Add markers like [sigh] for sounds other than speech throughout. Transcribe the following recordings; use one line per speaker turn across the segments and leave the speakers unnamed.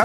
อั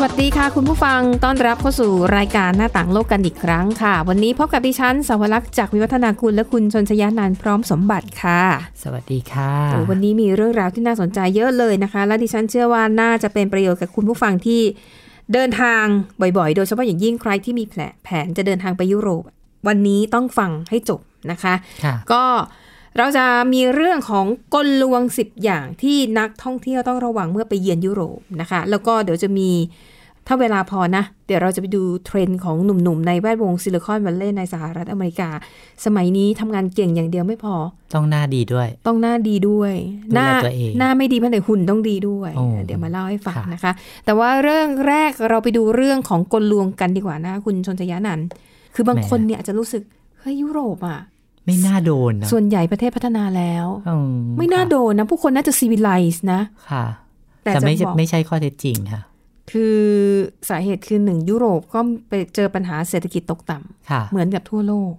สวัสดีค่ะคุณผู้ฟังต้อนรับเข้าสู่รายการหน้าต่างโลกกันอีกครั้งค่ะ วันนี้พบกับดิฉันสาวรักษ์จากวิวัฒนาคุณและคุณชนชยานานท์พร้อมสมบัติค่ะ
สวัสดีค่ะ
โอ้วันนี้มีเรื่องราวที่น่าสนใจเยอะเลยนะคะ และดิฉันเชื่อว่าน่าจะเป็นประโยชน์กับคุณผู้ฟังที่เดินทางบ่อยๆ โดยเฉพาะอย่างยิ่งใครที่มีแผลแผนจะเดินทางไปยุโรป วันนี้ต้องฟังให้จบนะคะ
ค่ะ
ก็เราจะมีเรื่องของกลลวง 10 อย่างที่นักท่องเที่ยวต้องระวังเมื่อไปเยือนยุโรปนะคะ แล้วก็เดี๋ยวจะมีถ้าเวลาพอนะ เดี๋ยวเราจะไปดูเทรนด์ของหนุ่มๆ ในแวดวงซิลิคอนวัลเลย์ในสหรัฐอเมริกา สมัยนี้ทำงานเก่งอย่างเดียวไม่พอ
ต้องหน้าดีด้วย
ต้องหน้าดีด้วย
ดูแล
หน้า
ตัวเอง
หน้าไม่ดีเพียงแต่หุ่นต้องดีด้วย
โอ้
เดี๋ยวมาเล่าให้ฟัง
ค่ะ
นะคะ แต่ว่าเรื่องแรกเราไปดูเรื่องของกลลวงกันดีกว่านะ คุณชนชยานันท์คือบางคนเนี่ยอาจจะรู้สึกเฮ้ยยุโรปอ่ะ
ไม่น่าโดนนะ
ส่วนใหญ่ประเทศพัฒนาแล้ว
อื
ไม่น่าโดนนะ ผู้คนน่าจะซีวิลไลซ์นะ
ค่ะ
แต่
แต่
จะ
ไม่ใช่
บอก
ไม่ใช่ข้อเท็จจริงค่ะ
คือสาเหตุคือหนึ่งยุโรปก็ไปเจอปัญหาเศรษฐกิจตกต่ำ
ค่ะ
เหมือนกับทั่วโลก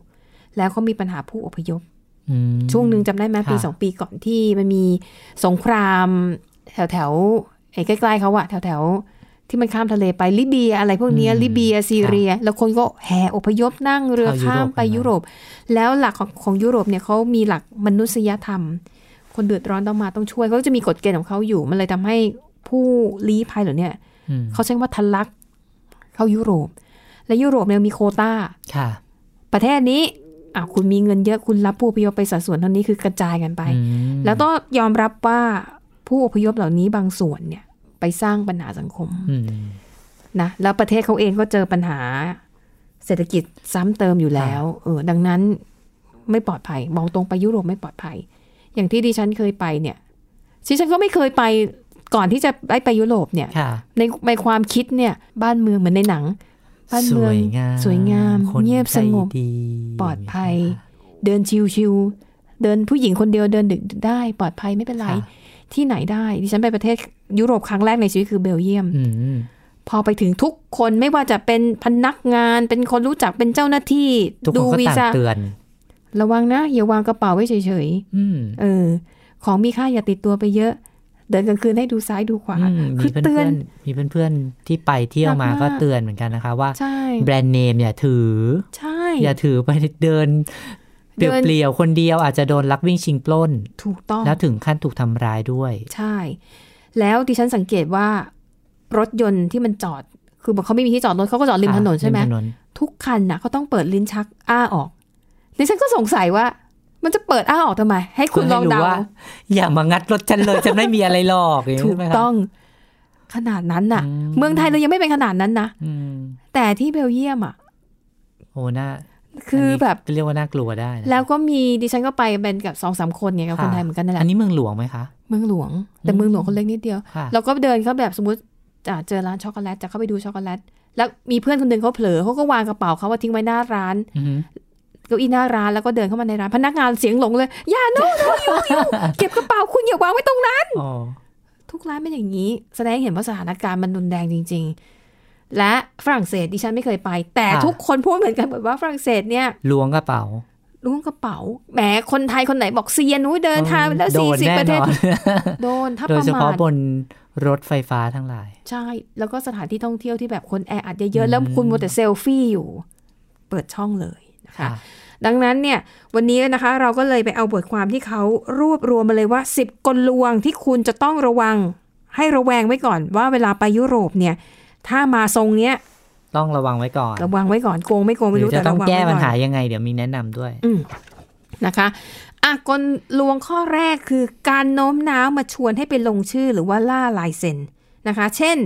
แล้วก็มีปัญหาผู้อพยพ
อืม
ช่วงหนึ่งจำได้ไหมปี
ค่ะ
สองปีก่อนที่มันมีสงคราม แถวแถวๆไอ้ใกล้ๆเขาอะแถวแถวๆที่มันข้ามทะเลไปลิเบียอะไรพวกเนี้ยลิเบียซีเรีย แล้วคนก็แห่อพยพนั่งเรือข้ามไปยุโรป แล้วหลักของของยุโรปเนี่ยเขามีหลักมนุษยธรรม คนเดือดร้อนต้องมาต้องช่วยเขาก็จะมีกฎเกณฑ์ของเขาอยู่ มันเลยทำให้ผู้ลี้ภัยเหล่าเนี้ย
อืม
เขาใช้คำว่าทะลักเข้ายุโรป และยุโรปเนี่ยมีโควต้า
ค่ะ
ประเทศนี้อ่ะคุณมีเงินเยอะคุณรับผู้อพยพไปสัดส่วนเท่านี้คือกระจายกันไป
อืม
แล้วต้องยอมรับว่าผู้อพยพเหล่านี้บางส่วนเนี่ยไปสร้างปัญหาสังคม
อืม
นะ แล้วประเทศเขาเองก็เจอปัญหาเศรษฐกิจซ้ำเติมอยู่แล้ว เออ ดังนั้นไม่ปลอดภัย มองตรงไปยุโรปไม่ปลอดภัย อย่างที่ดิฉันเคยไปเนี่ยดิฉันก็ไม่เคยไปก่อนที่จะได้ไปยุโรปเนี่ย
ค่ะ
ในในความคิดเนี่ย บ้านเมืองเหมือนในหนัง บ้าน
ส
เมือง
วยงาม
สวยงาม
คน
เงียบสงบ
ใจดี
ปลอดภัย เดินชิวๆเดินผู้หญิงคนเดียวเดินดึกได้ปลอดภัยไม่เป็นไร
ค่ะ
ที่ไหนได้ ดิฉันไปประเทศยุโรปครั้งแรกในชีวิตคือเบลเยียม
อืม
พอไปถึงทุกคนไม่ว่าจะเป็นพนักงาน เป็นคนรู้จักเป็นเจ้าหน้าที่
ทุก
ดู
คนก็
วี
ต่าง
ซ่า
เตือน
ระวังนะ อย่าวางกระเป๋าไว้เฉย
อืม
ๆเออ ของมีค่าอย่าติดตัวไปเยอะ เดินกลางคืนให้ดูซ้ายดูขวา
อืม
คื
มี
อ
เพื่อน
เตือน
ๆมีเพื่อนๆที่ไปเที่ย
ห
ว
นั
มา
กา
ม
ก
ก็เตือนเหมือนกันนะคะว่า
ใช่
แบรนด์เนมอย่าถือ
ใช่
อย่าถือไปเดินเป
เดิน
ลี่ยวๆคนเดียวอาจจะโดนลักวิ่งชิงปล้น
ถูกต้อง
แล้วถึงขั้นถูกทำร้ายด้วย
ใช่ แล้วดิฉันสังเกตว่ารถยนต์ที่มันจอด คือบอกเขาไม่มีที่จอดรถเขาก็จอดริม
ค่ะ
ถนนใช่ไหม
ริถนน
ทุกคันนะเขาต้องเปิดลิ้นชักอ้าออกดิฉันก็สงสัยว่า มันจะเปิดอ้าออกทำไม ให้คุณล
เพื่
อง
ให้รู้
เดา
ว่า อย่ามางัดรถฉันเลย ฉันไม่มีอะไรหรอกย่านี้
ถูก
ใช่ไหมคะ
ต้องขนาดนั้นน่ะ
อืม
เมืองไทยเรายังไม่เป็นขนาดนั้นนะ
อืม
แต่ที่เบลเยียมอ่ะ
โอ้น่า
คืออน
นี้
แบบ
เรียกว่าน่ากลัวได้นะ
แล้วก็มีดิฉันก็ไปเป็นกับสองสามคนเนี่ยกับคนไทยเหมือนกันนั่นแห
อั
ละ
นนี้เมืองหลวงไหมคะ
เมืองหลวง แต่
อืม
เมืองหลวงคนเล็กนิดเดียว
ค่ะ
เราก็เดินเข้าแบบสมมติอ่ะเจอร้านช็อกโกแลตจะเข้าไปดูช็อกโกแลตแล้วมีเพื่อนคนหนึ่งเขาเผลอเขาก็วางกระเป๋าเขาว่าทิ้งไว้หน้าร้าน
อือหือ
เก้าอี้หน้าร้านแล้วก็เดินเข้ามาในร้านพนักงานเสียงหลงเลย อย่าโน้ตอยู่อยู่เก็บกระเป๋าคุณอย่าวางไว้ตรงนั้น
อ๋อ
ทุกร้านเป็นอย่างนี้ แสดงให้เห็นว่าสถานการณ์มันรุนแรงจริง ๆ และฝรั่งเศสดิฉันไม่เคยไป แต่ทุกคนพูดเหมือนกันหมดว่าฝรั่งเศสเนี่ย
ล้วงกระเป๋า
ล้วงกระเป๋าแหมคนไทยคนไหนบอกเซียนนู้ยเดินทางไปแล้ว
โด
สี่
น
สิบ
แน่
ประ
น
เทศ
อน
โดนถ้า
[laughs] โด
ป
ย
ระ
เฉ
มา
พาะ
ท
บนรถไฟฟ้าทั้งหลาย
ใช่ แล้วก็สถานที่ท่องเที่ยวที่แบบคนแออัดเยอะๆแล้วคุณมัวแต่เซลฟี่อยู่ เปิดช่องเลยนะคะ ดังนั้นเนี่ยวันนี้นะคะเราก็เลยไปเอาบทความที่เขารวบรวมมาเลยว่า 10 กลลวงที่คุณจะต้องระวัง ให้ระแวงไว้ก่อนว่าเวลาไปยุโรปเนี่ย ถ้ามาทรงเนี้ย
ต้องระวังไว้ก่อน
ระวังไว้ก่อนโกงไม่โกงไม่รู้
หอจะ
แต่
ต้
ระ
อง
วัง
แก้
ไว้
ปัญ
ก่
หา
อน
ยังไง เดี๋ยวมีแนะนำด้วย
อืมนะคะอ่ะกลลวงข้อแรกคือการโน้มน้าวมาชวนให้ไปลงชื่อหรือว่าล่าลายเซ็นนะคะ เช่น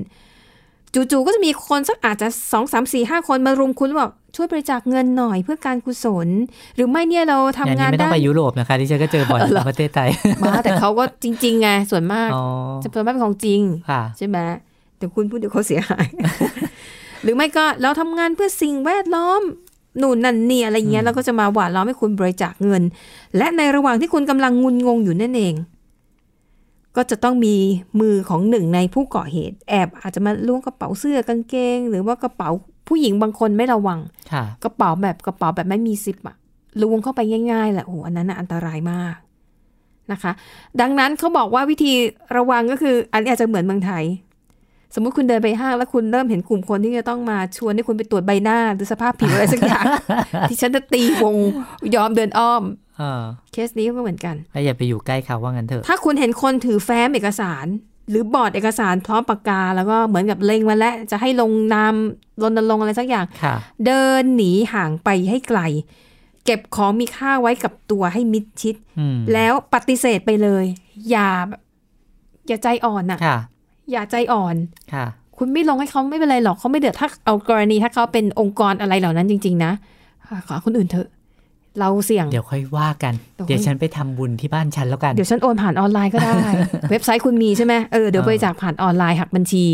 จู่ๆก็จะมีคนสักอาจจะสองสามสี่ห้าคนมารุมคุณแล้วบอกช่วยบริจาคเงินหน่อยเพื่อการกุศล หรือไม่เนี่ยเราทำ
อย่าง
งาน
นี้ไม่ต้อ
ด้าง น
ไปยุโรปนะคะที่ฉันก็เจอบ่อย
เออเหรอ
ในประเทศไทย
มาแต่เขาก็จริงๆไงส่วนมาก
อ๋อ
จะเป็นมากเป็นของจริง
ค่ะ
ใช่ไหมเดี๋ยวคุณพูดเดี๋ยวเขาเสียหาย [laughs] หรือไม่ก็เราทำงานเพื่อสิ่งแวดล้อมหนุนนั่นนี่อะไรเงี้ย
อืม
แล้วก็จะมาหวานล้อมให้คุณบริจาคเงิน และในระหว่างที่คุณกำลังงุนงงอยู่นั่นเอง ก็จะต้องมีมือของหนึ่งในผู้ก่อเหตุ แอบอาจจะมาล้วงกระเป๋าเสื้อกางเกง หรือว่ากระเป๋าผู้หญิงบางคนไม่ระวัง
ค่ะ
กระเป๋าแบบกระเป๋าแบบไม่มีซิปอะล้วงเข้าไปง่ายๆแหละโอ้โหอันนั้นน่ะอันตรายมากนะคะ ดังนั้นเขาบอกว่าวิธีระวังก็คือ อันนี้อาจจะเหมือนเมืองไทย สมมุติคุณเดินไปห้างแล้วคุณเริ่มเห็นกลุ่มคนที่จะต้องมาชวนให้คุณไปตรวจใบหน้าหรือสภาพผิวอะไรสักอย่าง ที่ฉันจะตีวงยอมเดินอ้อม
เออ
เคสนี้ก็เหมือนกัน
แล้วอย่าไปอยู่ใกล้เขาว่างั้นเถอะ
ถ้าคุณเห็นคนถือแฟ้มเอกสาร หรือบอร์ดเอกสารพร้อมปากกา แล้วก็เหมือนกับเล็งมาแล้วจะให้ลงนามรณรงค์อะไรสักอย่าง
ค่ะ
เดินหนีห่างไปให้ไกล เก็บของมีค่าไว้กับตัวให้มิดชิด
อืม
แล้วปฏิเสธไปเลย อย่าแบบอย่าใจอ่อนน่ะ
ค่ะ
อย่าใจอ่อน
ค่ะ
คุณไม่ลงให้เขาไม่เป็นไรหรอกเขาไม่เดือดถ้าเอากรณีถ้าเขาเป็นองค์กรอะไรเหล่านั้นจริง ๆ นะขอคนอื่นเถอะ เราเสี่ยง
เดี๋ยวค่อยว่ากัน
เดี๋ยวค่อย
เดี๋ยวฉันไปทำบุญที่บ้านฉันแล้วกัน
เดี๋ยวฉันโอนผ่านออนไลน์ก็ได้
[laughs]
เว็บไซต์คุณมีใช่ไหมเออเดี๋ยว
เออ
บริจาคผ่านออนไลน์หักบัญชี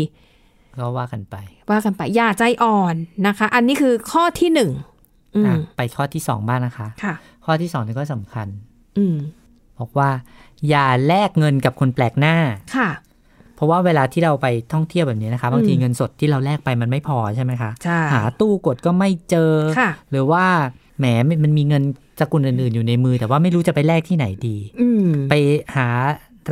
ก็ว่ากันไป
ว่ากันไปอย่าใจอ่อนนะคะ อันนี้คือข้อที่หนึ่งอื
อ่ะ
ม
ไปข้อที่สองบ้างนะคะ
ค่ะ
ข้อที่สองนี่ก็สำคัญ
อืม
บอกว่า อย่าแลกเงินกับคนแปลกหน้า
ค่ะ
เพราะว่าเวลาที่เราไปท่องเที่ยวแบบนี้นะคะ บางที
อืม
เงินสดที่เราแลกไปมันไม่พอใช่ไหมคะ
ใช่
หาตู้กดก็ไม่เจอ
ค่ะ
หรือว่าแหมมันมีเงินสกุลอื่นๆอยู่ในมือ แต่ว่าไม่รู้จะไปแลกที่ไหนดี
อืม
ไปหา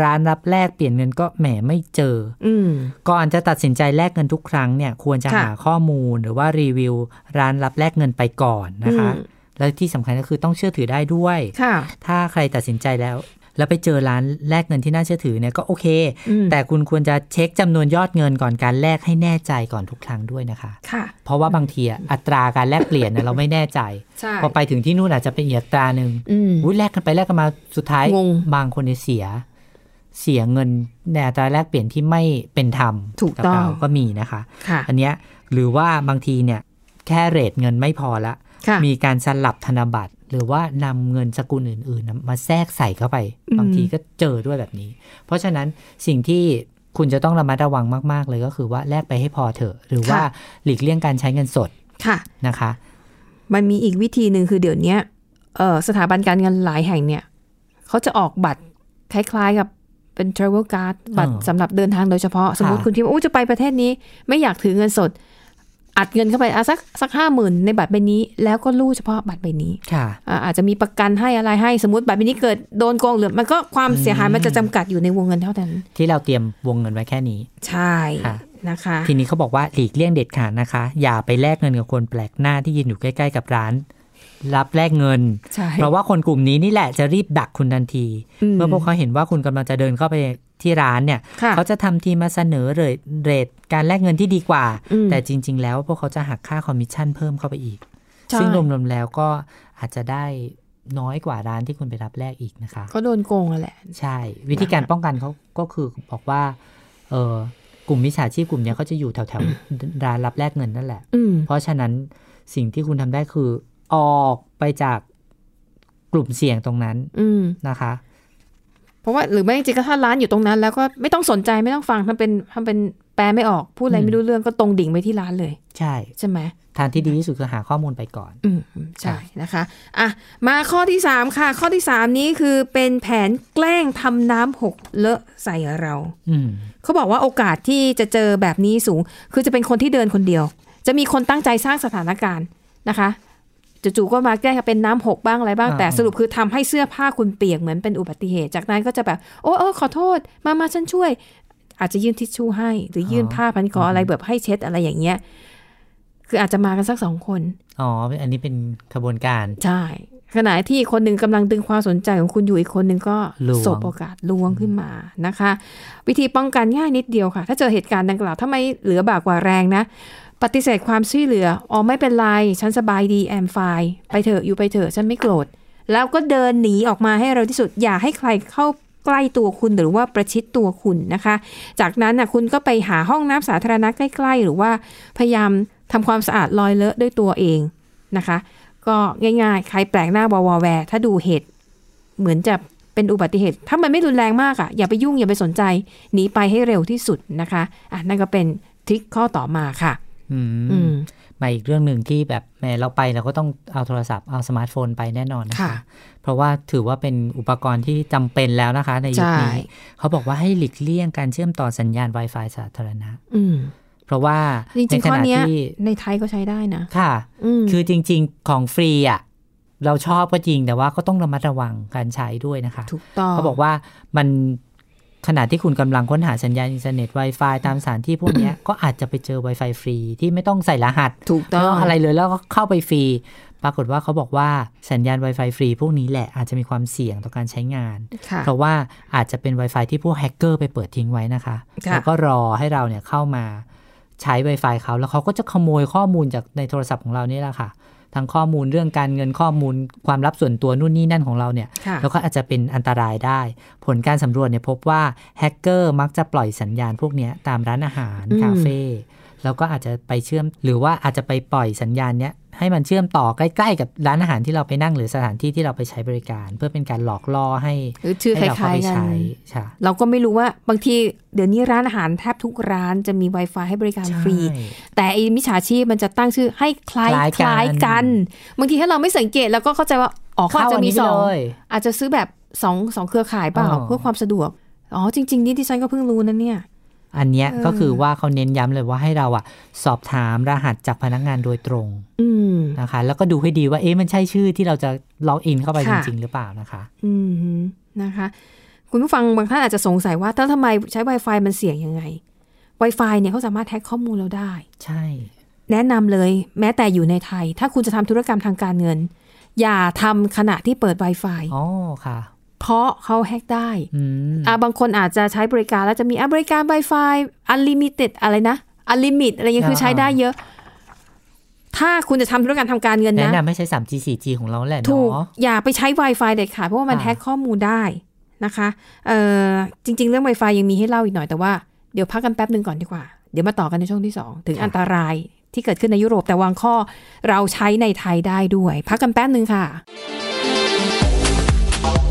ร้านรับแลกเปลี่ยนเงินก็แหมไม่เจอ
อืม
ก่อนจะตัดสินใจแลกเงินทุกครั้งเนี่ยควรจะ
ค่ะ
หาข้อมูลหรือว่ารีวิว ร้านรับแลกเงินไปก่อนนะคะ
อืม
และที่สำคัญก็คือต้องเชื่อถือได้ด้วย
ค่ะ
ถ้าใครตัดสินใจแล้ว แล้วไปเจอร้านแลกเงินที่น่าเชื่อถือเนี่ยก็โอเค
อืม
แต่คุณควรจะเช็คจำนวนยอดเงินก่อนการแลกให้แน่ใจก่อนทุกครั้งด้วยนะคะ
ค่ะ
เพราะว่าบางทีอะอัตราการแลกเปลี่ยนเนี่ยเราไม่แน่ใจ
ใช่
พอไปถึงที่นู่นอาจจะเป็นอีกอัตราหนึ่ง
อืม
อุ้ยแลกกันไปแลกกันมาสุดท้าย
งง
บางคนเนี่ยเสีย เสียเงินในอัตราแลกเปลี่ยนที่ไม่เป็นธรรม
ถูกต้อง
บเราก็มีนะคะ
ค่ะ
อันเนี้ยหรือว่าบางทีเนี่ยแค่เรทเงินไม่พอละ
ค่ะ
มีการสลับธนบัตร หรือว่านำเงินสกุลอื่นๆนะมาแทรกใส่เข้าไป
อืม
บางทีก็เจอด้วยแบบนี้ เพราะฉะนั้นสิ่งที่คุณจะต้องระมัดระวังมาก ๆ เลยก็คือว่าแลกไปให้พอเถอะ หรือว่าหลีกเลี่ยงการใช้เงินสด
ค่ะ
นะคะ
มันมีอีกวิธีหนึ่งคือเดี๋ยวเนี้ยเอ่อสถาบันการเงินหลายแห่งเนี่ย เขาจะออกบัตรคล้ายๆกับเป็น travel card บัตร
อ๋อ
สำหรับเดินทางโดยเฉพาะ สมมติ
ค่ะ
คุณคิดว่าอู้จะไปประเทศนี้ ไม่อยากถือเงินสด อัดเงินเข้าไปอ่ะสักสักห้าหมื่นในบัตรใบนี้ แล้วก็ลู่เฉพาะบัตรใบนี้
ค่ะ
อ่าอาจจะมีประกันให้อะไรให้สมมติบัตรใบนี้เกิดโดนโกงหรือมันก็ความเสียหายมันจะจำกัดอยู่ในวงเงินเท่านั้น
ที่เราเตรียมวงเงินไว้แค่นี้
ใช่
ค่ะ
นะคะ
ทีนี้เขาบอกว่าหลีกเลี่ยงเด็ดขาดนะคะ อย่าไปแลกเงินกับคนแปลกหน้าที่ยืนอยู่ใกล้ๆกับร้าน รับแลกเงิน
ใช่
เพราะว่าคนกลุ่มนี้นี่แหละจะรีบดักคุณทันที
อืม
เมื่อพวกเขาเห็นว่าคุณกำลังจะเดินเข้าไปที่ร้านเนี่ย
ค่ะ
เขาจะทำทีมาเสนอเรทเรทการแลกเงินที่ดีกว่า
อืม
แต่จริง ๆ แล้วพวกเขาจะหักค่าคอมมิชชั่นเพิ่มเข้าไปอีก
ใช่
ซึ่งรวมๆแล้วก็อาจจะได้น้อยกว่าร้านที่คุณไปรับแลกอีกนะคะ
ก็โดนโกงอะแหละ
ใช่ วิธีการป้องกันเขาก็คือบอกว่าเออกลุ่มมิจฉาชีพกลุ่มเนี้ยเขาจะอยู่แถวๆ [coughs] ร้านรับแลกเงินนั่นแหละ
อืม
เพราะฉะนั้นสิ่งที่คุณทำได้คือออกไปจากกลุ่มเสี่ยงตรงนั้น
อืม
นะคะ
เพราะว่าหรือไม่จริงๆก็ถ้าร้านอยู่ตรงนั้น แล้วก็ไม่ต้องสนใจไม่ต้องฟังทำเป็นทำเป็นแปลไม่ออกพูดอะไร
อืม
ไม่รู้เรื่องก็ตรงดิ่งไปที่ร้านเลย
ใช่
ใช่ไหม
ทางที่ดีที่สุดคือหาข้อมูลไปก่อน
อืมอืมใช่นะคะอ่ะมาข้อที่สามค่ะ ข้อที่สามนี้คือเป็นแผนแกล้งทำน้ำหกเลอะใส่เรา
อืม
เขาบอกว่าโอกาสที่จะเจอแบบนี้สูง คือจะเป็นคนที่เดินคนเดียว จะมีคนตั้งใจสร้างสถานการณ์นะคะจู่ๆก็มาแกล้งเป็นน้ำหกบ้างอะไรบ้าง
อ่า
แต่สรุปคือทำให้เสื้อผ้าคุณเปียกเหมือนเป็นอุบัติเหตุ จากนั้นก็จะแบบ โอ้เออขอโทษ มามาฉันช่วย อาจจะยื่นทิชชู่ให้ หรือยื่นผ้าพันคออะไรแบบให้เช็ดอะไรอย่างเงี้ยคืออาจจะมากันสักสองคน
อ๋อ อันนี้เป็นขบวนการ
ใช่ขณะที่คนหนึ่งกำลังดึงความสนใจของคุณอยู่อีกคนหนึ่งก็
ล้วง
สบโอกาสลวงขึ้นมานะคะ วิธีป้องกันง่ายนิดเดียวค่ะ ถ้าเจอเหตุการณ์ดังกล่าวถ้าไม่เหลือบากกว่าแรงนะ ปฏิเสธความช่วยเหลืออ๋อไม่เป็นไร ฉันสบายดีแอมไฟไปเถอะอยู่ไปเถอะฉันไม่โกรธ แล้วก็เดินหนีออกมาให้เร็วที่สุด อย่าให้ใครเข้าใกล้ตัวคุณหรือว่าประชิดตัวคุณนะคะ จากนั้นนะคุณก็ไปหาห้องน้ำสาธารณะใกล้ ๆ หรือว่าพยายามทำความสะอาดลอยเลอะด้วยตัวเองนะคะ ก็ง่าย ๆ ใครแปลกหน้าวอวอแวร์ถ้าดูเหตุ เหมือนจะเป็นอุบัติเหตุ ถ้ามันไม่รุนแรงมากอะ่ะ อย่าไปยุ่ง อย่าไปสนใจ หนีไปให้เร็วที่สุดนะคะ อ่ะนั่นก็เป็นทริคข้อต่อมาค่ะ
อืม
อืม
มาอีกเรื่องหนึ่งที่แบบแหมเราไปเราก็ต้องเอาโทรศัพท์เอาสมาร์ทโฟนไปแน่นอนนะคะ
ค่ะ
เพราะว่าถือว่าเป็นอุปกรณ์ที่จำเป็นแล้วนะคะ ในยุคนี้
ใช่
เขาบอกว่าให้หลีกเลี่ยงการเชื่อมต่อสัญญาณ Wi-Fi สาธารณะ
อืม
เพราะว่า
จ
ใน
ริงๆ
ข
ข้อ
ณะ
เนี้ย
ที่
ในไทยก็ใช้ได้นะ
ค่ะ
อืม
คือจริงๆของฟรีอ่ะเราชอบก็จริงแต่ว่าก็ต้องระมัดระวังการใช้ด้วยนะคะ
ถูกต้อง
เขาบอกว่ามันขณะที่คุณกำลังค้นหาสัญญาณอินเทอร์เน็ต Wi-Fi ตามสถานที่พวกเนี้ย ก็อาจจะไปเจอ Wi-Fi ฟรีที่ไม่ต้องใส่รหัส
ถูกต้อง
ไม่อะไรเลยแล้วก็เข้าไปฟรี ปรากฏว่าเขาบอกว่าสัญญาณ Wi-Fi ฟรีพวกนี้แหละอาจจะมีความเสี่ยงต่อการใช้งาน
ค่ะ
เพราะว่าอาจจะเป็น Wi-Fi ที่พวกแฮกเกอร์ไปเปิดทิ้งไว้นะคะ
ค่ะ
แล้วก็รอให้เราเนี่ยเข้ามาใช้ Wi-Fi เขา แล้วเขาก็จะขโมยข้อมูลจากในโทรศัพท์ของเรานี่แหละค่ะ ทั้งข้อมูลเรื่องการเงินข้อมูลความลับส่วนตัวนู่นนี่นั่นของเราเนี่ย
ค่ะ
แล้วก็อาจจะเป็นอันตรายได้ ผลการสำรวจเนี่ยพบว่าแฮกเกอร์มักจะปล่อยสัญญาณพวกเนี้ยตามร้านอาหาร
อืม
คาเฟ่แล้วก็อาจจะไปเชื่อม หรือว่าอาจจะไปปล่อยสัญญาณเนี้ยให้มันเชื่อมต่อใกล้ๆ กับร้านอาหารที่เราไปนั่งหรือสถานที่ที่เราไปใช้บริการ เพื่อเป็นการหลอกล่อให้
หรือชื่อค
ให้เราเข้า
ล้ายๆ
ไป
กัน
ใช้ใช่
เราก็ไม่รู้ว่าบางทีเดี๋ยวนี้ร้านอาหารแทบทุกร้านจะมี Wi-Fi ให้บริการฟรี
ใช่
แต่ไอ้มิจฉาชีพมันจะตั้งชื่อให้คล้าย
คล้าย
ค
กัน
ล้ายกัน บางทีถ้าเราไม่สังเกตเราก็เข้าใจว่าอ๋อเขาอาจจะมีสอง
เข้าอันนี้ไปเลย
อาจจะซื้อแบบสองสองเครือข่ายเปล่า
อ๋อ
เพื่อความสะดวกอ๋อจริง ๆ นี่ที่ฉันก็เพิ่งรู้นะเนี่ย
อันเนี้ย
เออ
ก็คือว่าเขาเน้นย้ำเลยว่าให้เราอะสอบถามรหัสจากพนักงานโดยตรง
อืม
นะคะ แล้วก็ดูให้ดีว่าเอ๊ะมันใช่ชื่อที่เราจะล็อกอินเข้าไปจ
ค่ะ
ริงๆ หรือเปล่านะคะ
อืมนะคะ คุณผู้ฟังบางท่านอาจจะสงสัยว่าแล้วทำไมใช้ Wi-Fi มันเสี่ยงยังไง Wi-Fi เนี่ยเขาสามารถแฮ็กข้อมูลเราได้
ใช่
แนะนำเลยแม้แต่อยู่ในไทย ถ้าคุณจะทำธุรกรรมทางการเงิน อย่าทำขณะที่เปิด Wi-Fi
อ๋อค่ะ
เพราะเขาแฮ็กได้
อืม
อ่าบางคนอาจจะใช้บริการแล้วจะมีอ่ะบริการ Wi-Fi Unlimited อะไรนะ Unlimit อะไรเงี้ยคือใช้ได้เยอะ ถ้าคุณจะทำธุรกรรมทางการเงิน
แนะ
นะ
นำไม่ใช่ 3G 4G ของเราแหละ
ถูก
เนาะ
อย่าไปใช้ Wi-Fi เด็ดขาดเพราะว่ามัน
อ่า
แฮ็กข้อมูลได้นะคะเอ่อจริง ๆ เรื่อง Wi-Fi ยังมีให้เล่าอีกหน่อยแต่ว่าเดี๋ยวพักกันแป๊บหนึ่งก่อนดีกว่า เดี๋ยวมาต่อกันในช่วงที่ 2 ถึงอันตรายที่เกิดขึ้นในยุโรปแต่วางข้อเราใช้ในไทยได้ด้วย พักกันแป๊บหนึ่งค่ะ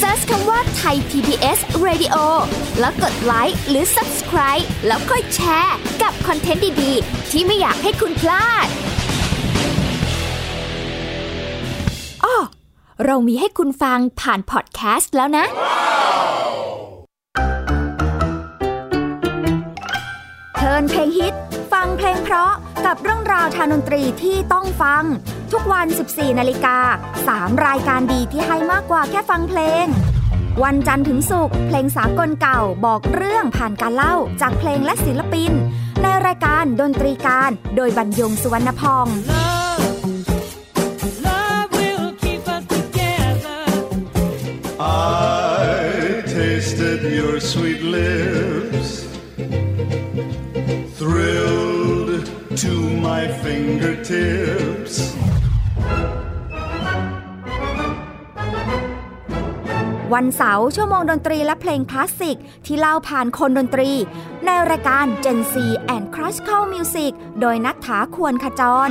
Search คำว่าไทย PBS Radio แล้วกดไลค์หรือ Subscribe แล้วค่อยแชร์ กับคอนเทนต์ดี ๆ ที่ไม่อยากให้คุณพลาดอ้อเรามีให้คุณฟังผ่านพอดแคสต์แล้วนะ
เทิร์นเพลงฮิต ฟังเพลงเพราะกับเรื่องราวทางดนตรีที่ต้องฟัง ทุกวัน 14 นาฬิกา 3 รายการดีที่ให้มากกว่าแค่ฟังเพลง วันจันทร์ถึงศุกร์เพลงสากลเก่าบอกเรื่องผ่านการเล่าจากเพลงและศิลปิน ในรายการดนตรีการโดยบรรยงสุวรรณพองษ์
Love will keep us together.
I tasted your sweet lips, thrilled to my fingertips.
วันเสาร์ชั่วโมงดนตรีและเพลงคลาสสิก ที่เล่าผ่านคนดนตรี ในรายการ Gen C and Classical Music โดยนัทถาควรขจร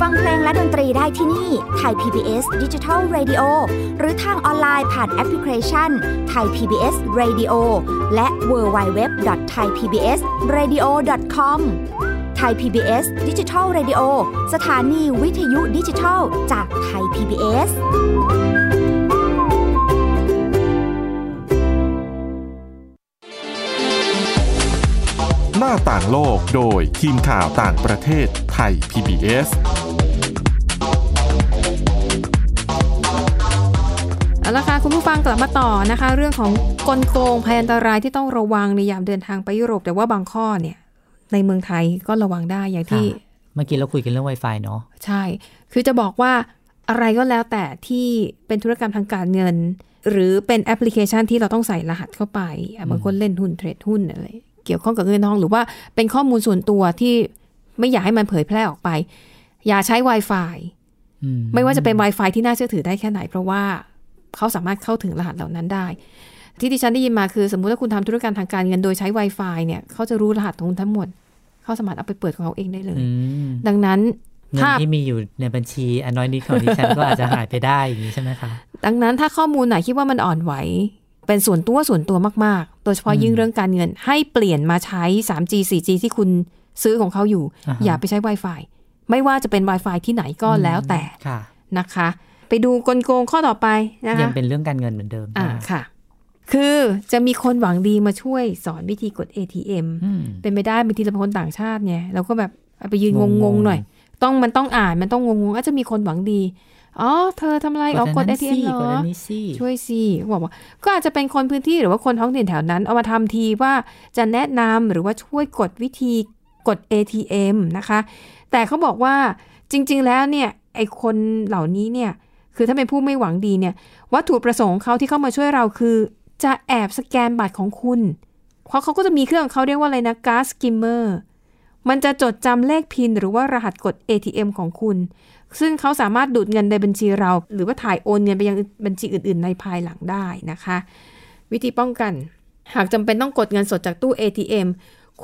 ฟังเพลงและดนตรีได้ที่นี่ ไทย PBS Digital Radio หรือทางออนไลน์ผ่านแอปพลิเคชัน ไทย PBS Radio และ w w w t h a i p b s r a d i o c o m ไทย PBS Digital Radio สถานีวิทยุดิจิทัลจากไทย PBS
น้าต่างโลกโดยทีมข่าวต่างประเทศไทย PBS
เอาละค่ะคุณผู้ฟังกลับมาต่อนะคะ เรื่องของกลโกงภัยอันตรายที่ต้องระวังในยามเดินทางไปยุโรปแต่ว่าบางข้อเนี่ย ในเมืองไทยก็ระวังได้อย่างที่
ค่ะเมื่อกี้เราคุยกันเรื่อง Wi-Fi เนาะ
ใช่ คือจะบอกว่าอะไรก็แล้วแต่ที่เป็นธุรกรรมทางการเงิน หรือเป็นแอปพลิเคชันที่เราต้องใส่รหัสเข้าไปอ่ะบางคนเล่นหุ้นเทรดหุ้นอะไร เกี่ยวข้องกับเงินทอง หรือว่าเป็นข้อมูลส่วนตัวที่ไม่อยากให้มันเผยแพร่ออกไป อย่าใช้ Wi-Fi
อืม
ไม่ว่าจะเป็น Wi-Fi ที่น่าเชื่อถือได้แค่ไหน เพราะว่าเขาสามารถเข้าถึงรหัสเหล่านั้นได้ ที่ดิฉันได้ยินมาคือ สมมุติถ้าคุณทำธุรกรรมทางการเงินโดยใช้ Wi-Fi เนี่ยเขาจะรู้รหัสของคุณทั้งหมดเขาสามารถเอาไปเปิดของเขาเองได้เลย
อืม
ดังนั้น
เงิน
ถ้า
ที่มีอยู่ในบัญชีอันน้อยนิดของดิฉันก็อาจจะหายไปได้อย่างนี้ใช่ไหมคะ
ดังนั้นถ้าข้อมูลไหนคิดว่ามันอ่อนไหว เป็นส่วนตัวส่วนตัวมาก ๆ โดยเฉพาะ
อืม
ยิ่งเรื่องการเงินให้เปลี่ยนมาใช้ 3G 4G ที่คุณซื้อของเขาอยู่
อ่าฮะ
อย่าไปใช้ Wi-Fi ไม่ว่าจะเป็น Wi-Fi ที่ไหนก็แล้วแต่
ค่ะ
นะคะ ไปดูกลโกงข้อต่อไปนะ
ยั
คะ
งเป็นเรื่องการเงินเหมือนเดิม
อ่าค่ะ คือจะมีคนหวังดีมาช่วยสอนวิธีกด ATM
อืม
เป็นไปได้บางทีเราเป็นคนต่างชาติไงเราก็แบบไปยืนง
ง
ง
ง
ๆ
ๆ
หน่อย ต้องมันต้องอ่านมันต้องงงๆอาจจะมีคนหวังดี อ๋อ เธอทำอะไรอ๋อกด
นั้น
ATM
สิ
เหร
กด
อ
อันนี้สิ
ช่วยสิบอกว่าก็อาจจะเป็นคนพื้นที่หรือว่าคนท้องถิ่นแถวนั้น เอามาทำทีว่าจะแนะนำหรือว่าช่วยกดวิธีกด ATM นะคะ แต่เขาบอกว่าจริง ๆ แล้วเนี่ยไอคนเหล่านี้เนี่ยคือถ้าเป็นผู้ไม่หวังดีเนี่ยวัตถุประสงค์ของเขาที่เข้ามาช่วยเราคือ จะแอบสแกนบัตรของคุณ เพราะเขาก็จะมีเครื่องของเขาเรียกว่าอะไรนะการ์ดสกิมเมอร์มันจะจดจำเลขพินหรือว่ารหัสกด ATM ของคุณ ซึ่งเขาสามารถดูดเงินในบัญชีเรา หรือว่าถ่ายโอนเงินไปยังบัญชีอื่น ๆ ในภายหลังได้นะคะ วิธีป้องกัน หากจำเป็นต้องกดเงินสดจากตู้ ATM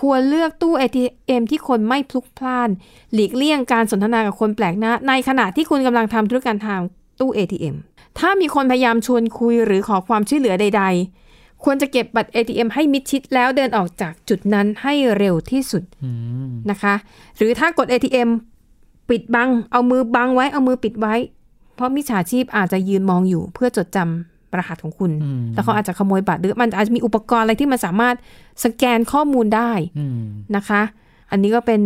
ควรเลือกตู้ ATM ที่คนไม่พลุกพล่าน หลีกเลี่ยงการสนทนากับคนแปลกหน้า ในขณะที่คุณกำลังทำธุรกรรมทางตู้ ATM ถ้ามีคนพยายามชวนคุยหรือขอความช่วยเหลือใด ๆ ควรจะเก็บบัตร ATM ให้มิดชิดแล้วเดินออกจากจุดนั้นให้เร็วที่สุด
อืม
นะคะหรือถ้ากด ATM ปิดบัง เอามือบังไว้เอามือปิดไว้ เพราะมิจฉาชีพอาจจะยืนมองอยู่เพื่อจดจำรหัสของคุณ
อืม
แล้วเขาอาจจะขโมยบัตรหรือมันอาจจะมีอุปกรณ์อะไรที่มันสามารถสแกนข้อมูลได้
อืม
นะคะ อันนี้ก็เป็น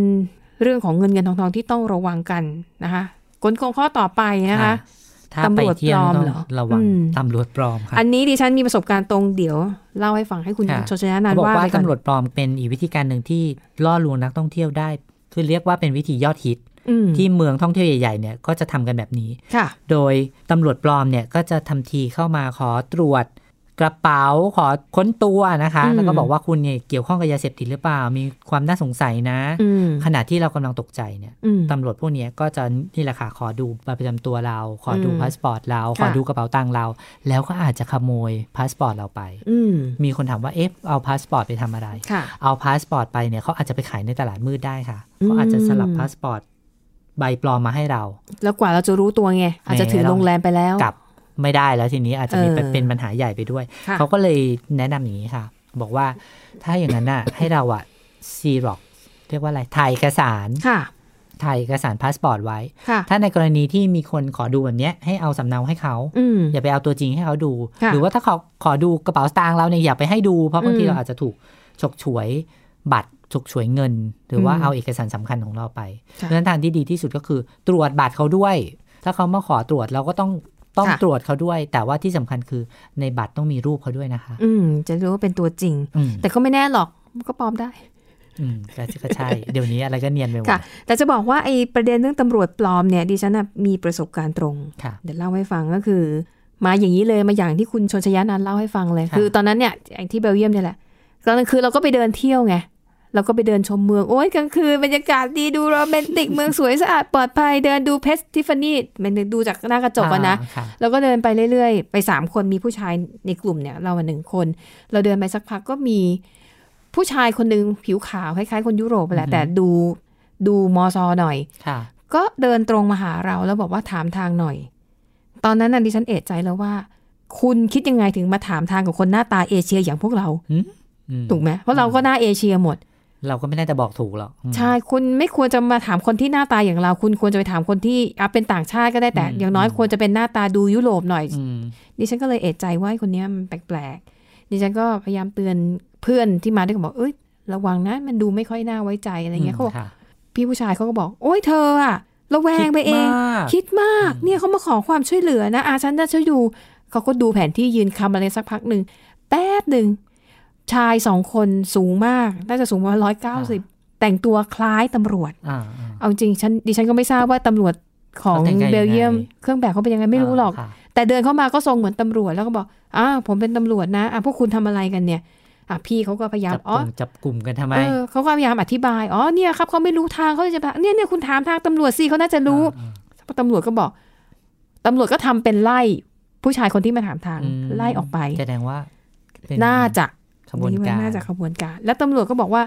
เรื่องของเงินเงินทองทองที่ต้องระวังกันนะคะกลโกงข้อต่อไปนะคะ
ถ้าไปเที่ยว
ตำรวจปลอม
ต้อง
เหรอ
ระวัง
อืม
ตำรวจปลอมค่ะ
อันนี้ดิฉันมีประสบการณ์ตรงเดี๋ยว เล่าให้ฟังให้คุณ
ค่ะ
ชชนะนันท์
เขาบอก
ว่า
ว่า
ไปก่อน
ตำรวจปลอมเป็นอีกวิธีการหนึ่งที่ล่อลวงนักท่องเที่ยวได้ คือเรียกว่าเป็นวิธียอดฮิต
อืม
ที่เมืองท่องเที่ยวใหญ่ๆเนี่ยก็จะทำกันแบบนี้
ค่ะ
โดยตำรวจปลอมเนี่ยก็จะทำทีเข้ามาขอตรวจกระเป๋าขอค้นตัวนะคะ
อืม
แล้วก็บอกว่าคุณเนี่ยเกี่ยวข้องกับยาเสพติดหรือเปล่า มีความน่าสงสัยนะ
อืม
ขณะที่เรากำลังตกใจเนี่ย
อืม
ตำรวจพวกเนี้ยก็จะนี่แหละค่ะขอดูบัตรประจำตัวเรา ขอดู
อืม
พาสปอร์ตเรา ขอ
ค่ะ
ดูกระเป๋าตังค์เรา แล้วก็อาจจะขโมยพาสปอร์ตเราไป
อืม
มีคนถามว่าเอ๊ะเอาพาสปอร์ตไปทำอะไร
ค่ะ
เอาพาสปอร์ตไปเนี่ยเขาอาจจะไปขายในตลาดมืดได้ค่ะ
อืม
เขาอาจจะสลับพาสปอร์ตใบปลอมมาให้เรา
แล้วกว่าเราจะรู้ตัวไงอาจจะถือโรงแรมไปแล้ว
กลับไม่ได้แล้วทีนี้อาจจะมี
เออ
เป็นปัญหาใหญ่ไปด้วย
ค่ะ
เขาก็เลยแนะนำอย่างนี้ค่ะ บอกว่าถ้าอย่างนั้นน่ะ ให้เราอะซีร็อกเรียกว่าอะไรถ่ายเอกสาร
ค่ะ
ถ่ายเอกสารพาสปอร์ตไว้
ค่ะ
ถ้าในกรณีที่มีคนขอดูแบบเนี้ยให้เอาสำเนาให้เขา
อืม
อย่าไปเอาตัวจริงให้เขาดู
ค่ะ
หรือว่าถ้าเขาขอดูกระเป๋าสตางค์เราเนี่ยอย่าไปให้ดู เพราะบางที
อืม
เราอาจจะถูกฉกฉวยบัตรฉกฉวยเงิน หรือว่า
อืม
เอาเอกสารสำคัญของเราไปเพ
ค่ะ
ราะฉะนั้นทางที่ดีที่สุดก็คือ ตรวจบัตรเขาด้วย ถ้าเขามาขอตรวจเราก็ต้องต้อง
ค่ะ
ตรวจเขาด้วย แต่ว่าที่สำคัญคือในบัตรต้องมีรูปเขาด้วยนะคะ
อืม จะรู้ว่าเป็นตัวจริง
อืม
แต่ก็ไม่แน่หรอกมันก็ปลอมได้
อืมก็ก็ใช่ เดี๋ยวนี้อะไรก็เนียนไปหมด
ค่ะ แต่จะบอกว่าไอ้ประเด็นเรื่องตำรวจปลอมเนี่ยดิฉันน่ะมีประสบการณ์ตรง
ค่ะ
เดี๋ยวเล่าให้ฟังก็คือ มาอย่างนี้เลยมาอย่างที่คุณชนชยานันท์เล่าให้ฟังเลย
ค่ะ
คือตอนนั้นเนี่ยอย่างที่เบลเยียมเนี่ยแหละตอนกลางคืนเราก็ไปเดินเที่ยวไงเราก็ไปเดินชมเมืองโอ้ยกลางคืนบรรยากาศดีดูโรแมนติก เมืองสวยสะอาดปลอดภัยเดินดูเพชรทิฟฟานี่มันดูจากหน้ากระจกอะนะ
อ่าค่ะ
เราก็เดินไปเรื่อยๆ ไปสามคนมีผู้ชายในกลุ่มเนี่ย เราอะหนึ่งคน เราเดินไปสักพักก็มีผู้ชายคนหนึ่งผิวขาวคล้ายๆ คนยุโรปแหละ
อือฮึ
แต่ดูดูมอซอหน่อย
ค่ะ
ก็เดินตรงมาหาเราแล้วบอกว่าถามทางหน่อย ตอนนั้นน่ะดิฉันเอะใจแล้วว่า คุณคิดยังไงถึงมาถามทางกับคนหน้าตาเอเชียอย่างพวกเรา
อืม
ถูกไหมเพราะเราก็หน้าเอเชียหมด
เราก็ไม่น่าจะบอกถูกหรอกอืม
ใช่ คุณไม่ควรจะมาถามคนที่หน้าตาอย่างเรา คุณควรจะไปถามคนที่อ่ะเป็นต่างชาติก็ได้แต่
อืม
อย่างน้อยควรจะเป็นหน้าตาดูยุโรปหน่อย
อืม
ดิฉันก็เลยเอะใจว่าไอ้คนเนี้ยมันแปลกๆ ดิฉันก็พยายามเตือนเพื่อนที่มาด้วยกันบอก เอ้ย ระวังนะมันดูไม่ค่อยน่าไว้ใจอะไรเงี้ยเขาบอก
ค่ะ
พี่ผู้ชายเขาก็บอก โอ๊ยเธออะระแวงไปเอง
คิดมา
คิดมา
ก
ก เนี่ยเขามาขอความช่วยเหลือนะ อาฉันจะช่วยอยู่เขาก็ดูแผนที่ยืนคำอะไรสักพักหนึ่ง แป๊บหนึ่ง ชายสองคนสูงมาก น่าจะสูงประมาร้อยเก้าสิบแต่งตัวคล้ายตำรวจ
อ่า
เอาจริงฉันดิฉันก็ไม่ทราบว่าตำรวจของ
เขาแต่งกายยังไง
เบลเยียม เครื่องแบบเขาเป็นยังไงไม่รู้หรอก
ค่ะ
แต่เดินเข้ามาก็ทรงเหมือนตำรวจแล้วก็บอกอ้าวผมเป็นตำรวจนะอ่ะพวกคุณทำอะไรกันเนี่ยอ่ะพี่เขาก็พยายาม
จับก
อ๋อ
ลุ่มจับกลุ่มกันทำไม
เออเขาก็พยายามอธิบาย อ๋อ เนี่ยครับเขาไม่รู้ทางเขาจะแบบเนี่ยเนี่ยคุณถามทางตำรวจสิเขาน่าจะรู้ตำรวจก็บอกตำรวจก็ทำเป็นไล่ ผู้ชายคนที่มาถามทาง
อืม
ไล่ออกไป
แสดงว่าเป็
น่าจะ
ขบวนการ
น่าจะขบวนการ แล้วตำรวจก็บอกว่า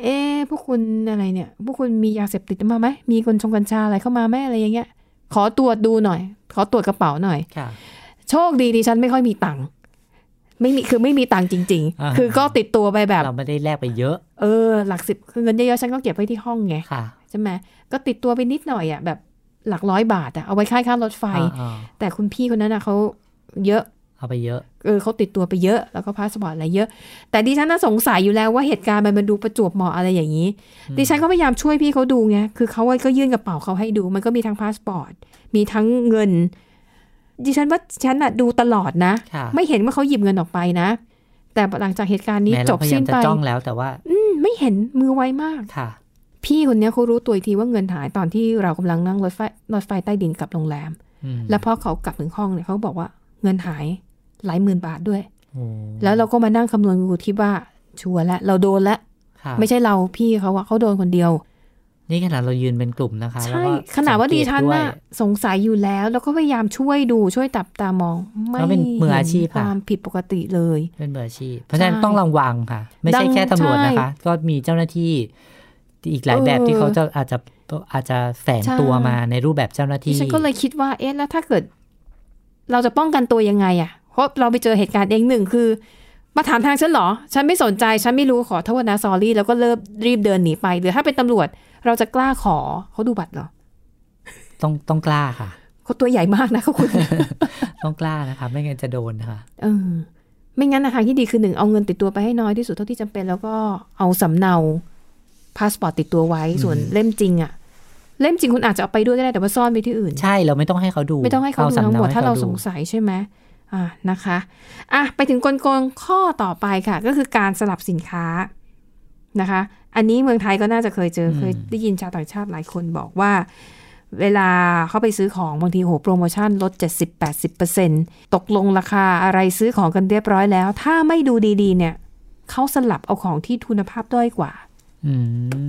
เอ๊ะพวกคุณอะไรเนี่ย พวกคุณมียาเสพติดมาไหมมีคนชงกัญชาอะไรเข้ามาไหมอะไรอย่างเงี้ย ขอตรวจดูหน่อย ขอตรวจกระเป๋าหน่อย
ค่ะ
โชคดีดิฉันไม่ค่อยมีตังค์ไม่มีคือไม่มีตังค์จริง
อ่า
ๆ คือก็ติดตัวไปแบบ
เราไม่ได้แลกไปเยอะ
เออ หลักสิบคือเงินเยอะๆฉันก็เก็บไว้ที่ห้องไง
ค่ะ
ใช่ไหมก็ติดตัวไปนิดหน่อยอ่ะแบบหลักร้อยบาทอ่ะเอาไว้ค่าค่ารถไฟ
อ่า
แต่คุณพี่คนนั้นอ่ะเขาเยอะ
ๆเอาไปเยอะ
เออเขาติดตัวไปเยอะ แล้วก็พาสปอร์ตอะไรเยอะ แต่ดิฉันน่ะสงสัยอยู่แล้วว่าเหตุการณ์มันมันดูประจวบเหมาะอะไรอย่างนี้ ดิฉันก็พยายามช่วยพี่เขาดูไงคือเขาก็ยื่นกระเป๋าเขาให้ดู มันก็มีทั้งพาสปอร์ตมีทั้งเงิน ดิฉันว่าฉันอ่ะดูตลอดนะ
ค่ะ
ไม่เห็นว่าเขาหยิบเงินออกไปนะ แต่หลังจากเหตุการณ์นี้
แม้
จ
เรา
บ
พยายา
สิ้
ม
น
จะ
ไป
จ้องแล้วแต่ว่า
อืมไม่เห็นมือไวมาก
ค่ะ
พี่คนเนี้ยเขารู้ตัวอีกทีว่าเงินหายตอนที่เรากำลังนั่งรถไฟรถไฟใต้ดินกลับโรงแรม
อืม
แล้วพอเขากลับถึงห้องเนี่ยเขาบอกว่าเงินหายหลายหมื่นบาทด้วย
โอ้
แล้วเราก็มานั่งคำนวณดูที่ว่าชัวร์ละเราโดนละ
ค่ะ
ไม่ใช่เราพี่เขาอะเขาโดนคนเดียว
นี่ขนาดเรายืนเป็นกลุ่มนะคะแล้ว
ใช่
ก็
ขนาดว่าดิฉัน
สังเกตด้ว
น่ะ
ย
สงสัยอยู่แล้ว แล้วก็พยายามช่วยดูช่วยตับตามอง ไม่
แล้วเป็นมืออาชีพ
เห็น
อะ
ความผิดปกติเลย
เป็นมืออาชีพเพราะฉะนั้น
ใช่
ต้องระวังค่ะ ไม่
ดั
ใช่
ง
แค่ตำรวจ
ใช่
นะคะ ก็มีเจ้าหน้าที่อีกหลายแบบ
เออ
ที่เขาจะอาจจะอาจจะแฝง
ใช่
ตัวมาในรูปแบบเจ้าหน้า
ดิ
ที่
ฉันก็เลยคิดว่า เอ๊ะ แล้วถ้าเกิด เราจะป้องกันตัวยังไงอะเพราะเราไปเจอเหตุการณ์เองหนึ่งคือ มาถามทางฉันเหรอ ฉันไม่สนใจ ฉันไม่รู้ขอโทษนะซอรี่ แล้วก็เริ่มรีบเดินหนีไป หรือถ้าเป็นตำรวจ เราจะกล้าขอเขาดูบัตรเหรอ
ต้องต้องกล้าค่ะ
เขาตัวใหญ่มากนะเขาคุณ
ต้องกล้านะคะ ไม่งั้นจะโดนนะคะ
[laughs] เออ ไม่งั้นนะทางที่ดีคือหนึ่งเอาเงินติดตัวไปให้น้อยที่สุดเท่าที่จำเป็น แล้วก็เอาสำเนาพาสปอร์ตติดตัวไว้ ส่วนเล่มจริงอะเล่มจริงคุณอาจจะเอาไปด้วยก็ได้แต่ว่าซ่อนไว้ที่อื่น
ใช่เราไม่ต้องให้เขาดู
ไม่ต้องให้เขาดู
สำน
ทั้งหมดถ้าเรา
ข
สงสัยใช่ไหมอ่านะคะอ่ะไปถึงกลโกงข้อต่อไปค่ะ ก็คือการสลับสินค้านะคะ อันนี้เมืองไทยก็น่าจะเคยเจออเคยได้ยินชาวต่างชาติหลายคนบอกว่า เวลาเขาไปซื้อของบางทีโหโปรโมชั่นลด 70-80%ตกลงราคาอะไรซื้อของกันเรียบร้อยแล้ว ถ้าไม่ดูดีๆ เนี่ยเขาสลับเอาของที่คุณภาพด้อยกว่า
อื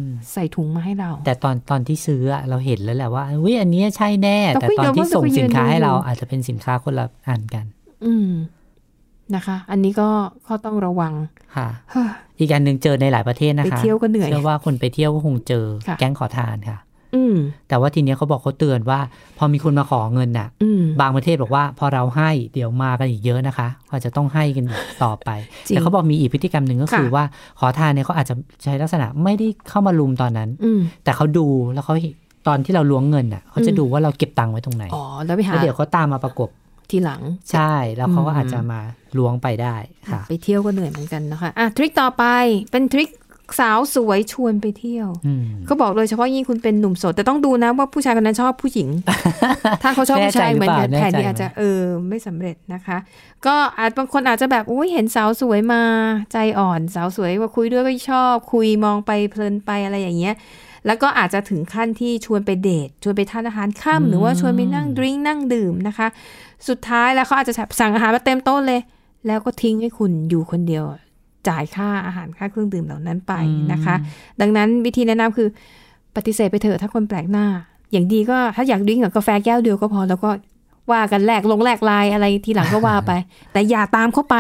ม
ใส่ถุงมาให้เรา
แต่ตอนตอนที่ซื้ออะเราเห็นแล้วแหละว่าอุ้ยอันเนี้ยใช่แน่
แต่
แต่
คุย
ตอนที่
เดี๋ยวว่า
ส่งสินค้า
จะไปยืนดู
ให้เราอาจจะเป็นสินค้าคนละอันกัน
อืมนะคะ อันนี้ก็ข้อต้องระวัง
ค่ะ อีกอันหนึ่งเจอในหลายประเทศนะคะ
ไปเที่ยวก็เหนื่อย
เชื่อว่าคนไปเที่ยวก็คงเจอ
ค่ะ
แก๊งขอทานค่ะ
อืม
แต่ว่าทีเนี้ยเขาบอกเขาเตือนว่า พอมีคนมาขอเงินน่ะ
อืม
บางประเทศบอกว่าพอเราให้เดี๋ยวมากันอีกเยอะนะคะอาจจะต้องให้กันอีกต่อไป
[laughs] จริง
แต่เขาบอกมีอีกพฤติกรรมหนึ่งก็คือ
ค่ะ
ว่าขอทานเนี่ยเขาอาจจะใช้ลักษณะไม่ได้เข้ามาลุมตอนนั้น
อืม
แต่เขาดูแล้วเขาเห็นตอนที่เราล้วงเงินน่ะเขาจะ
อืม
ดูว่าเราเก็บตังค์ไว้ตรงไหน
อ๋อ แล้วไปหา
แล้วเดี๋ยวเขาตามมาประกบ
ทีหลัง
ใช่แล้วเขาก็
อืม
อาจจะมาล้วงไปได้ค่ะ
ไปเที่ยวก็เหนื่อยเหมือนกันนะคะอ่ะทริคต่อไปเป็นทริคสาวสวยชวนไปเที่ยว
อืม
ก็บอกโดยเฉพาะยิ่งคุณเป็นหนุ่มโสด แต่ต้องดูนะว่าผู้ชายคนนั้นชอบผู้หญิ
[laughs]
ง ถ้าเขาชอบผู้ชายเหมือนกัน
แน่ใจห
แผน
รือเปล่า
นี้
แน่ใจ
อาจจะเออไม่สำเร็จนะคะ ก็อาจบางคนอาจจะแบบอุ้ยเห็นสาวสวยมาใจอ่อนสาวสวยว่าคุยด้วยก็ชอบ คุยมองไปเพลินไปอะไรอย่างเงี้ย แล้วก็อาจจะถึงขั้นที่ชวนไปเดทชวนไปทานอาหารค่ำหรือว่าชวนไปนั่งดริงนั่งดื่มนะคะ สุดท้ายแล้วเขาอาจจะสั่งอาหารมาเต็มโต๊ะเลย แล้วก็ทิ้งให้คุณอยู่คนเดียวจ่ายค่าอาหารค่าเครื่องดื่มเหล่านั้นไปนะคะ ดังนั้นวิธีแนะนำคือปฏิเสธไปเถอะถ้าคนแปลกหน้า อย่างดีก็ถ้าอยากดื่มกับกาแฟแก้วเดียวก็พอแล้วก็ว่ากันแลกลงแลกไลายอะไรทีหลังก็ว่าไป แต่อย่าตามเข้าไป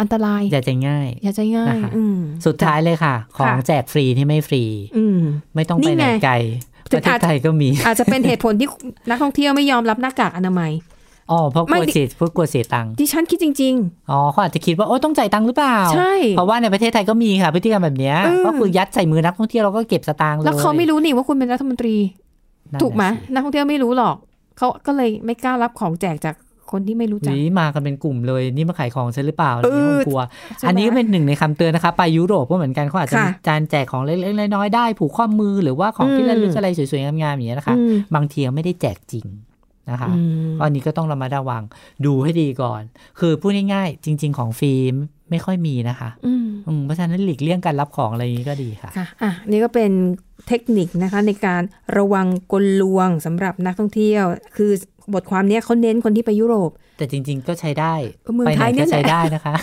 อันตราย
อย่าใจง่าย
อย่าใจง่าย
นะคะ
อืม
สุดท้ายเลยค่ะ ของ
ค่ะ
แจกฟรีที่ไม่ฟรี
อืม
ไม่ต้องไป
นี่
ไหน
ไง
ไกล
ถึ
ป
ง
ระเท
อา
ศ
จ
ไทยก็มี
อาจจะเป็นเหตุผลที่นักท่องเที่ยวไม่ยอมรับหน้ากากอนามัย
อ๋อเพราะก
ไม่
ลัว
ดิ
เสียเพราะกลัวเสียตังค์
ดิฉันคิดจริง
อ๋อเขาอาจจะคิดว่า โอ้ต้องจ่ายตังค์หรือเปล่า
ใช่
เพราะว่าในประเทศไทยก็มีค่ะพฤติกรรมแบบเนี้ย
อืม
ก็คือยัดใส่มือนักท่องเที่ยวเราก็เก็บสตาง
ๆ
ค์เลย
แล้วเขาไม่รู้นี่ว่าคุณเป็นรัฐมนตรี
นั่นน่ะ
ถูกไหม
สิ
นักท่องเที่ยวไม่รู้หรอก เขาก็เลยไม่กล้ารับของแจกจาก คนที่ไม่รู้
ห
จัก
นีมากันเป็นกลุ่มเลยนี่มาขายของฉันหรือเปล่า
เออ
นี่คงกลัว
ใช่ไหม
อันนี้ก็เป็นหนึ่งในคำเตือนนะคะไปยุโรปก็เหมือนกันเขาอาจจะ
ค่ะ
มีจานแจกของเล็กๆน้อยๆได้ผูกข้อมือหรือว่าของที่ระลึ
อื
ก
ม
อะไรสวยๆงามๆอย่างเงี้ยนะคะ
อืม
บางทีไม่ได้แจกจริงนะคะ
อืม
อันนี้ก็ต้องระมัดระวังดูให้ดีก่อน คือพูดง่ายๆจริง ๆ ของฟิล์มไม่ค่อยมีนะคะ
อืม
อืมเพราะฉะนั้นหลีกเลี่ยงการรับของอะไรอย่างนี้ก็ดีค่ะ
ค่ะ อ่ะ นี่ก็เป็นเทคนิคนะคะในการระวังกลลวงสำหรับนักท่องเที่ยว คือบทความเนี้ยเขาเน้นคนที่ไปยุโรป
แต่จริง ๆ ก็ใช้ได้
เออเมือง
ไปไห
ไท
น
ยเนี่
ก็
ยแหละ
ใช้ได้นะคะ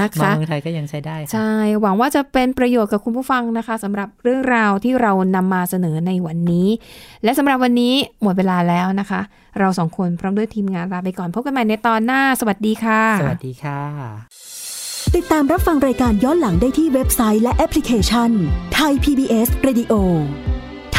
นะคะ
[laughs] มาเมืองไทยก็ยังใช้ได้ค่ะ
ใช่ หวังว่าจะเป็นประโยชน์กับคุณผู้ฟังนะคะสำหรับเรื่องราวที่เรานำมาเสนอในวันนี้ และสำหรับวันนี้หมดเวลาแล้วนะคะ เราสองคนพร้อมด้วยทีมงานลาไปก่อน พบกันใหม่ในตอนหน้า สวัสดีค่ะ
สวัสดีค่ะ
ติดตามรับฟังรายการย้อนหลังได้ที่เว็บไซต์และแอปพลิเคชันไทย PBS Radio ไ